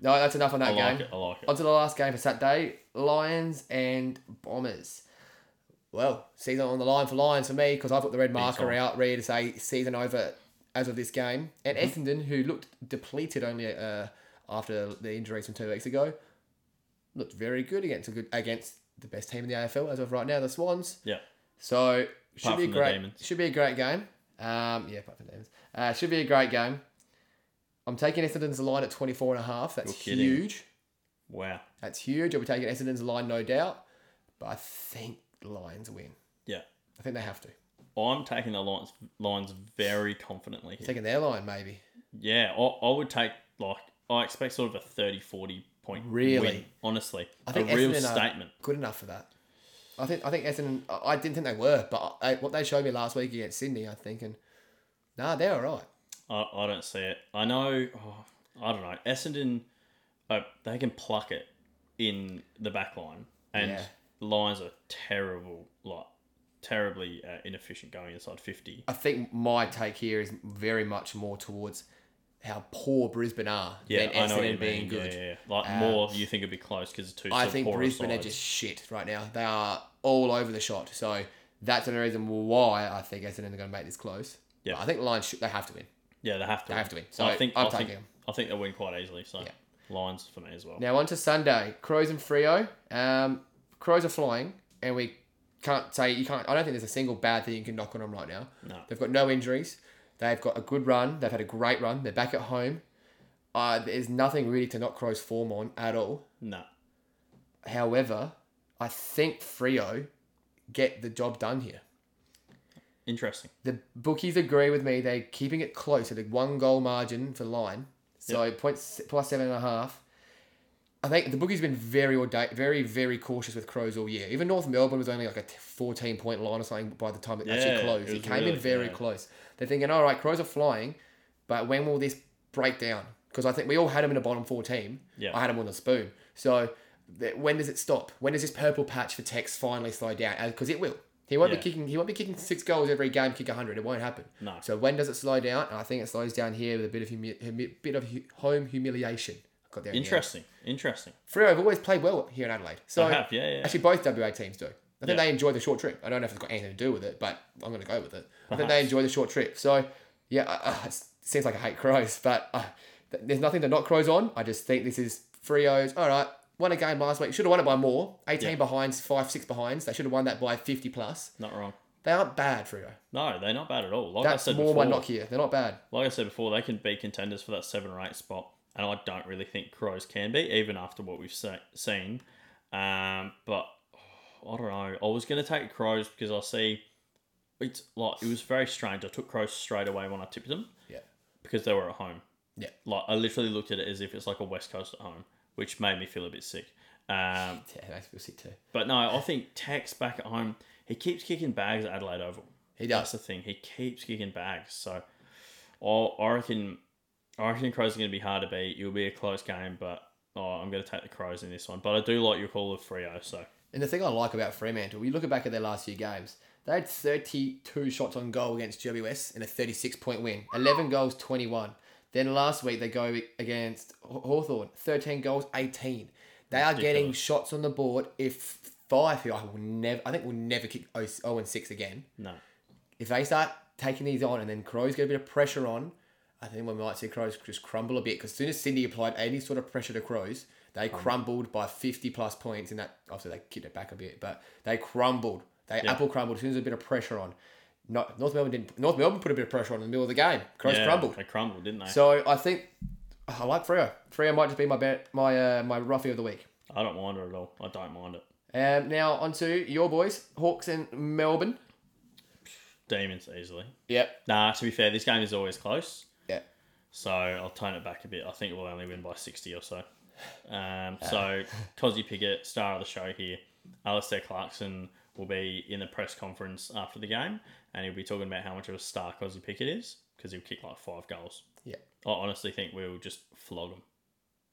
no, that's enough on I that like game. it. I like it. On to the last game for Saturday: Lions and Bombers. Well, season on the line for Lions for me because I put the red marker time. out, ready to say season over as of this game. And Mm-hmm. Essendon, who looked depleted only uh, after the injuries from two weeks ago, looked very good against a good against the best team in the AFL as of right now, the Swans. Yeah. So should be a from the great Demons. should be a great game. Um, yeah, apart from the demons, uh, should be a great game. I'm taking Essendon's line at 24 and a half. That's You're kidding. huge. Wow. That's huge. I'll be taking Essendon's line, no doubt. But I think Lions win. Yeah. I think they have to. I'm taking the Lions, Lions very confidently. here. Taking their line, maybe. Yeah, I, I would take, like, I expect sort of a 30 40 point Really? win, honestly. I think a real Essendon are- statement. Good enough for that. I think I think Essendon. I I didn't think they were, but I, what they showed me last week against Sydney, I'm thinking, nah, they're all right. I, I don't see it. I know, oh, I don't know. Essendon, uh, they can pluck it in the back line, and Yeah. the Lions are terrible, like, terribly uh, inefficient going inside 50. I think my take here is very much more towards how poor Brisbane are Yeah, than I know what Essendon you being mean. good. um, Yeah, yeah, yeah. Like, more you think it'd be close because it's two I sort of think poorer Brisbane sides. are just shit right now. They are all over the shot. So that's another reason why I think Essendon are going to make this close. Yeah. But I think Lions should, they have to win. Yeah, they have to. They have to win. So I think I'm I think, taking 'em. I think they'll win quite easily. So Lions for me as well. Now on to Sunday, Crows and Frio. Um, Crows are flying, and we can't say you can't. I don't think there's a single bad thing you can knock on them right now. No. They've got no injuries. They've got a good run. They've had a great run. They're back at home. Uh, there's nothing really to knock Crows form on at all. No. However, I think Frio get the job done here. Interesting. The bookies agree with me. They're keeping it close at a one goal margin for line. So points plus seven and a half. I think the bookies have been very auda- very very cautious with Crows all year. Even North Melbourne was only like a t- fourteen point line or something by the time it Yeah, actually closed. it It, was came really- in very yeah. close. They're thinking, all right, Crows are flying, but when will this break down? Because I think we all had them in a bottom four team. Yeah. I had them on the spoon. So th- when does it stop? When does this purple patch for Tex finally slow down? Because it will. He won't Yeah. be kicking. He won't be kicking six goals every game. Kick hundred. It won't happen. No. So when does it slow down? And I think it slows down here with a bit of humi- humi- bit of hu- home humiliation. Got there. in the end. Interesting. Interesting. Freo have always played well here in Adelaide. So I have. Yeah, yeah. actually, both WA teams do. I think Yeah. they enjoy the short trip. I don't know if it's got anything to do with it, but I'm going to go with it. I think they Perhaps. enjoy the short trip. So yeah, I, I, it seems like I hate Crows, but uh, th- there's nothing to knock Crows on. I just think this is Freo's. All right, won a game last week. Should have won it by more. 18 behinds, five, six behinds. They should have won that by 50 plus. Not wrong. They aren't bad, Frio. No, they're not bad at all. Like I That's said more before, my knock here. They're not bad. like I said before, they can be contenders for that seven or eight spot, and I don't really think Crows can be, even after what we've se- seen. Um, but oh, I don't know. I was going to take Crows because I see it's like it was very strange. I took Crows straight away when I tipped them Yeah. because they were at home. Yeah. Like I literally looked at it as if it's like a West Coast at home, which made me feel a bit sick. Um, Yeah, that's we'll see too. but no, I think Tech's back at home. He keeps kicking bags at Adelaide Oval. He That's does. the thing. He keeps kicking bags. So I, I reckon I reckon Crows are going to be hard to beat. It'll be a close game, but oh, I'm going to take the Crows in this one. But I do like your call of Frio. So And the thing I like about Fremantle, you look back at their last few games, they had 32 shots on goal against GWS in a 36 point win, 11 goals, 21. Then last week they go against Haw- Hawthorn, 13 goals, 18. They are getting Ridiculous. shots on the board. If five, who I will never, I think will never kick 0 0 and 6 again. no, If they start taking these on and then Crows get a bit of pressure on, I think we might see Crows just crumble a bit because as soon as Cindy applied any sort of pressure to Crows, they crumbled by 50 plus points. And that, obviously, they kicked it back a bit, but they crumbled. They apple crumbled as soon as a bit of pressure on. Not, North Melbourne didn't. North Melbourne put a bit of pressure on in the middle of the game. Crows yeah, crumbled. They crumbled, didn't they? So I think I like Freo. Freo might just be my bet, my uh, my roughie of the week. I don't mind it at all. I don't mind it. Um, now on to your boys, Hawks and Melbourne. Demons easily. Yep. Nah, to be fair, this game is always close. Yep. So I'll tone it back a bit. I think we'll only win by 60 or so. Um, so Cosy Piggott, star of the show here. Alistair Clarkson will be in the press conference after the game and he'll be talking about how much of a star Cosy Pickett is because he'll kick like five goals. Yep. I honestly think we'll just flog him.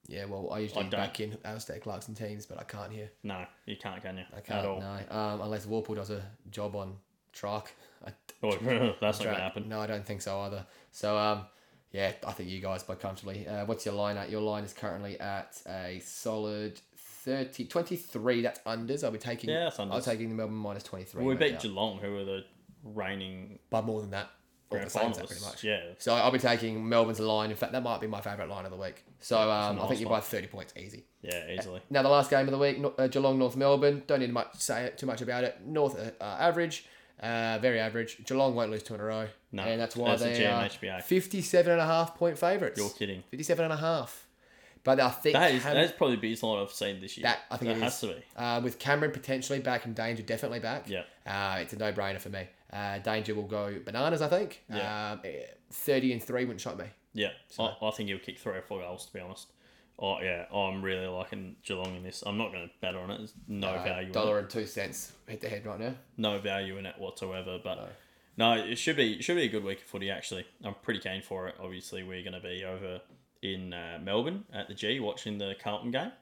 Yeah, well, I usually I don't. back in Alistair Clarkson teams, but I can't here. No, you can't, can you? I can't, At all. no. Um, unless Warpool does a job on track. I, Oh, [laughs] That's not going track. to happen. No, I don't think so either. So, um, yeah, I think you guys by comfortably. Uh, what's your line at? Your line is currently at a solid 30, 23. That's unders. I'll be taking, Yeah, that's I'll unders. taking the Melbourne minus 23. We no beat doubt. Geelong, who were the reigning By more than that. Or grand the same as that, finalists. pretty much. Yeah. So I'll be taking Melbourne's line. In fact, that might be my favourite line of the week. So um, I nice think you one. buy 30 points easy. Yeah, easily. Now the last game of the week, Nor- uh, Geelong North Melbourne. Don't need much say too much about it. North uh, are average, uh, very average. Geelong won't lose two in a row, No, and that's why that's a they are GMHBA. 57 and a half point favourites. You're kidding. 57 and a half. But I think That is, Cam- that is probably the biggest line I've seen this year. that I think that it has is. to be. Uh, with Cameron potentially back and Danger definitely back. Yep. Uh, it's a no brainer for me. Uh, Danger will go bananas, I think. Yeah. Um, eh, 30 and 3 wouldn't shock me. Yeah, I, I think he'll kick three or four goals. To be honest, oh yeah, I'm really liking Geelong in this. I'm not going to bet on it. There's no Uh, value, in it. dollar and two cents head to head right now. no value in it whatsoever. But no. it should be it should be a good week of footy. Actually, I'm pretty keen for it. Obviously, we're going to be over in uh, Melbourne at the G watching the Carlton game,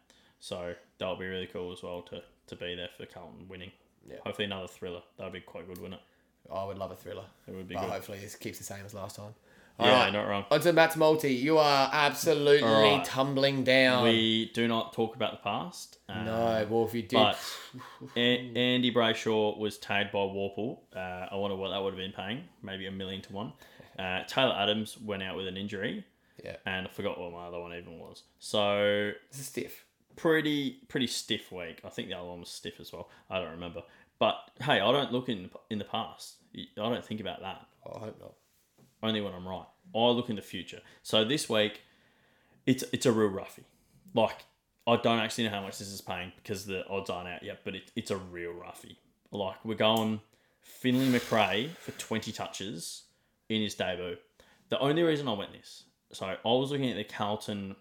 so that'll be really cool as well to to be there for Carlton winning. Yeah. Hopefully, another thriller. That'd be quite good, wouldn't it? I would love a thriller. It would be But good. hopefully this keeps the same as last time. yeah, Alright. not wrong. Onto Matt's multi. You are absolutely Alright. tumbling down. We do not talk about the past. Um, Um, no, well, if you did, But A- Andy Brayshaw was tagged by Warple. Uh, I wonder what that would have been paying. Maybe a million to one. Uh, Taylor Adams went out with an injury, yeah, and I forgot what my other one even was. So it's a stiff. pretty pretty stiff week. I think the other one was stiff as well. I don't remember. But hey, I don't look in in the past. I don't think about that Oh, I hope not. only when I'm right. I look in the future. So this week, it's it's a real roughie. Like I don't actually know how much this is paying because the odds aren't out yet, but it, it's a real roughie. Like we're going Finley McRae for 20 touches in his debut. The only reason I went this, so I was looking at the Carlton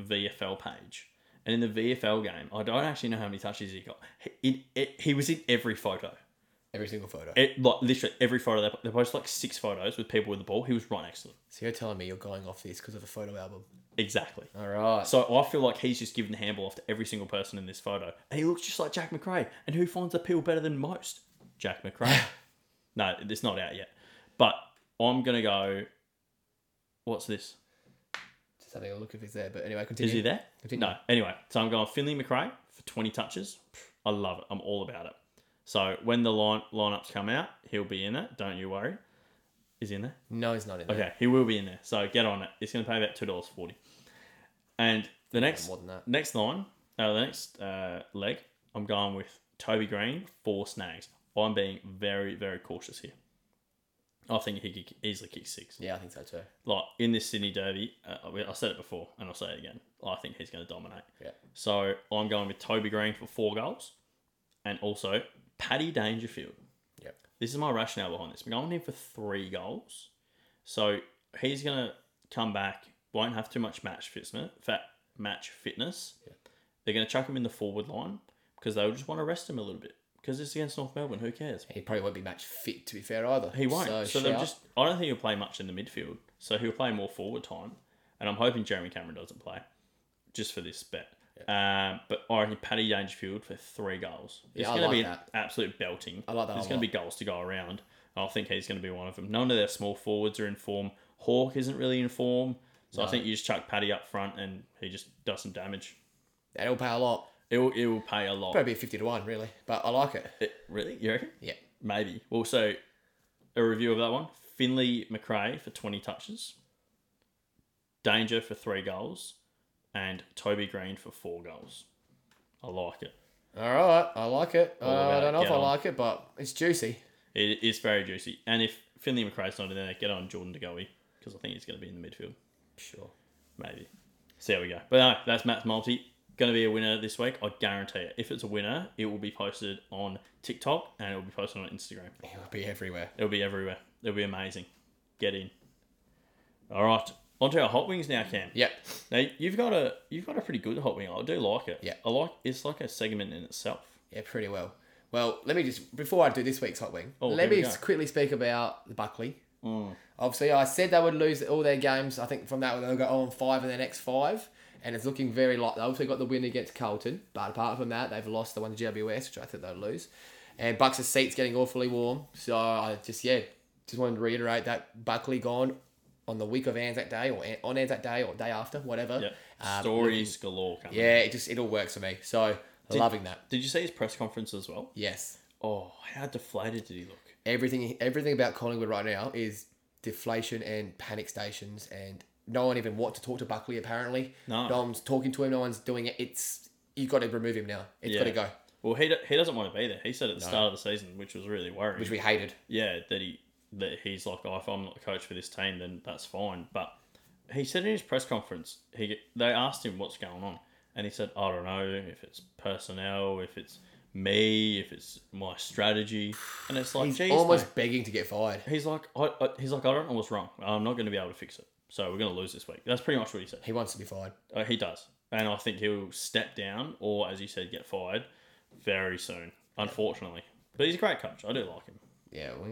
VFL page, and in the VFL game, I don't actually know how many touches he got. He, it, it, he was in every photo. Every single photo. It, like literally every photo they, they posted like six photos with people with the ball. He was right next to them. so you're telling me you're going off this because of a photo album? Exactly. All right. So I feel like he's just given the handball off to every single person in this photo, and he looks just like Jack McRae. And who finds the peel better than most? Jack McRae. no, it's not out yet. But I'm gonna go. What's this? Just having a look if he's there. But anyway, Is continue. he there? Continue. No. Anyway, so I'm going Finley McRae for 20 touches. Pff, I love it. I'm all about it. So when the line lineups come out, he'll be in it. Don't you worry. Is he in there? No, he's not in there. Okay, he will be in there. So get on it. It's going to pay about two dollars forty. And the next more than that. next line, uh, the next uh, leg, I'm going with Toby Green four snags. I'm being very, very cautious here. I think he could easily kick six. Yeah, I think so too. Like in this Sydney Derby, uh, I said it before and I'll say it again. I think he's going to dominate. Yeah. So I'm going with Toby Green for four goals and also Paddy Dangerfield. Yep. This is my rationale behind this. I'm going him for three goals. So he's going to come back, won't have too much match fitness. Fat match fitness. Yep. They're going to chuck him in the forward line because they'll just want to rest him a little bit because it's against North Melbourne. Who cares? He probably won't be match fit, to be fair, either. He won't. So, So, they'll shout. just. I don't think he'll play much in the midfield. So he'll play more forward time, and I'm hoping Jeremy Cameron doesn't play, just for this bet. Um, but I reckon Paddy Dangerfield for three goals. It's Yeah, I going like to be an that. absolute belting. I like that There's a going to be goals to go around. I think he's going to be one of them. None of their small forwards are in form. Hawk isn't really in form. So I think you just chuck Paddy up front and he just does some damage. And it'll pay a lot. It will, it will pay a lot. Probably be 50 to 1, really. But I like it. It- really? You reckon? Yeah. Maybe. Well, so a review of that one. Finley McRae for 20 touches. Danger for three goals. And Toby Green for four goals. I like it. All right. I like it. Uh, about I it. don't know if Get I on. like it, but it's juicy. It is very juicy. And if Finley McRae's not in there, get on Jordan DeGoey because I think he's going to be in the midfield. Sure. Maybe. So there we go. But no, that's Matt's multi. Going to be a winner this week. I guarantee it. If it's a winner, it will be posted on TikTok and it will be posted on Instagram. It'll be everywhere. It'll be everywhere. It'll be amazing. Get in. All right. Onto our hot wings now, Cam. Yep. Now you've got a you've got a pretty good hot wing. I do like it. Yeah. I like it's like a segment in itself. Yeah, pretty well. Well, let me just before I do this week's hot wing, Oh, let here me we go. Mm. quickly speak about the Buckley. Obviously, I said they would lose all their games. I think from that they'll go on five in their next five, and it's looking very like they obviously got the win against Carlton, but apart from that, they've lost the one to GWS, which I think they'll lose. And Bucks' seat's getting awfully warm, so I just yeah, just wanted to reiterate that Buckley gone on the week of Anzac Day or An- on Anzac Day or day after, whatever. Yep. Um, Stories galore. Coming. Yeah, it just it all works for me. So loving that. Did you see his press conference as well? Yes. Oh, how deflated did he look? everything everything about Collingwood right now is deflation and panic stations, and no one even wants to talk to Buckley. Apparently, No. one's talking to him. No one's doing it. It's you got to remove him now. It's got to go, Well, he, do, he doesn't want to be there. He said at the start of the season, which was really worrying. which we hated. yeah, that he that he's like, oh, if I'm not the coach for this team, then that's fine. But he said in his press conference, he they asked him what's going on, and he said, I don't know if it's personnel, if it's me, if it's my strategy, and it's like, He's geez, almost mate. begging to get fired. he's like, I, I, he's like, I don't know what's wrong. I'm not going to be able to fix it. So we're going to lose this week. That's pretty much what he said. He wants to be fired. Uh, he does, and I think he'll step down, or as you said, get fired very soon. Unfortunately, but he's a great coach. I do like him. Yeah, well,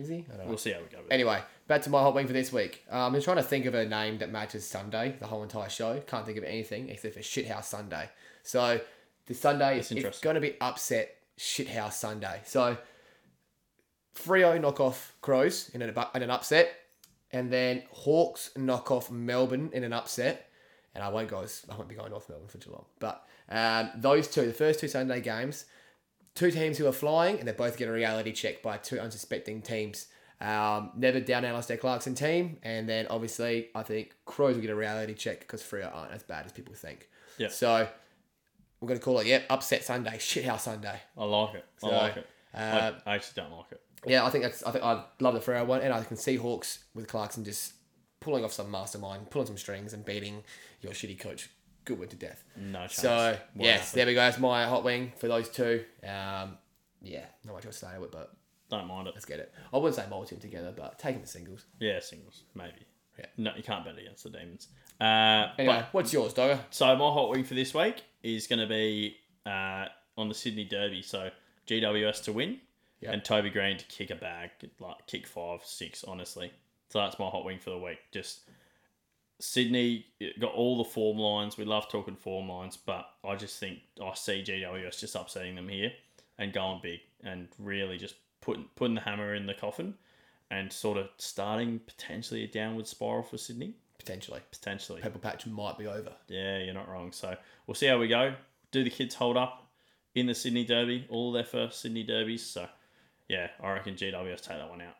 is he? I don't know. We'll see how we go. With it. Anyway, back to my hot wing for this week. Um, I'm trying to think of a name that matches Sunday, the whole entire show. Can't think of anything except for Shithouse Sunday. So the Sunday is it's interesting. going to be upset Shithouse Sunday. So Frio knock off Crows in an, abu- in an upset, and then Hawks knock off Melbourne in an upset. And I won't go. as- I won't be going North Melbourne for Geelong, but um, those two, the first two Sunday games, two teams who are flying, and they both get a reality check by two unsuspecting teams. Um, never down Alistair Clarkson team, and then obviously I think Crows will get a reality check because Freo aren't as bad as people think. Yeah. So we're gonna call it yep, upset Sunday, shithouse Sunday. I like it. I So, like it. uh, I, I actually don't like it. Yeah, I think that's I think I love the Freo one, and I can see Hawks with Clarkson just pulling off some mastermind, pulling some strings, and beating your shitty coach Goodwin to death. Mm. No chance. So What yes, happened? there we go. That's my hot wing for those two. Um, yeah, not much else to say with, but don't mind it. Let's get it. I wouldn't say mold him together, but take him to singles. Yeah, singles maybe. Yeah. No, you can't bet against the demons. Uh, Anyway, what's yours, Dogger? but so my hot wing for this week is going to be uh, on the Sydney Derby. So GWS to win Yep. and Toby Green to kick a bag, like kick five, six. Honestly, so that's my hot wing for the week. Just Sydney it got all the form lines. We love talking form lines, but I just think I see GWS just upsetting them here and going big and really just putting putting the hammer in the coffin and sort of starting potentially a downward spiral for Sydney. Potentially. Potentially. Purple patch might be over. Yeah, you're not wrong. So we'll see how we go. Do the kids hold up in the Sydney Derby? All their first Sydney Derbies. So yeah, I reckon GWS take that one out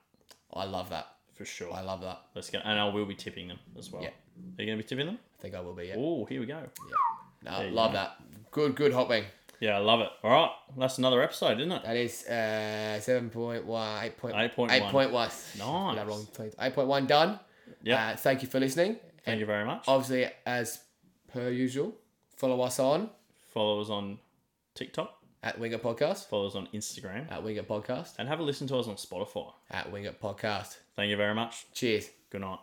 I love that. for sure. I love that. Let's go. And I will be tipping them as well. Yeah. Are you going to be tipping them? I think I will be. Yeah. Oh, here we go. No, you love go. that. Good, good hot wing. Yeah, I love it. All right, that's another episode, isn't it? That is uh, 7.1, 8.1. 8.1. 8.1 Nice. That wrong. 8.1 done. Yeah. Uh, thank you for listening. Thank you very much. Obviously, as per usual, follow us on Follow us on TikTok. at Wing It Podcast, Follow us on Instagram, at Wing It Podcast, and have a listen to us on Spotify. at Wing It Podcast. Thank you very much. Cheers. Good night.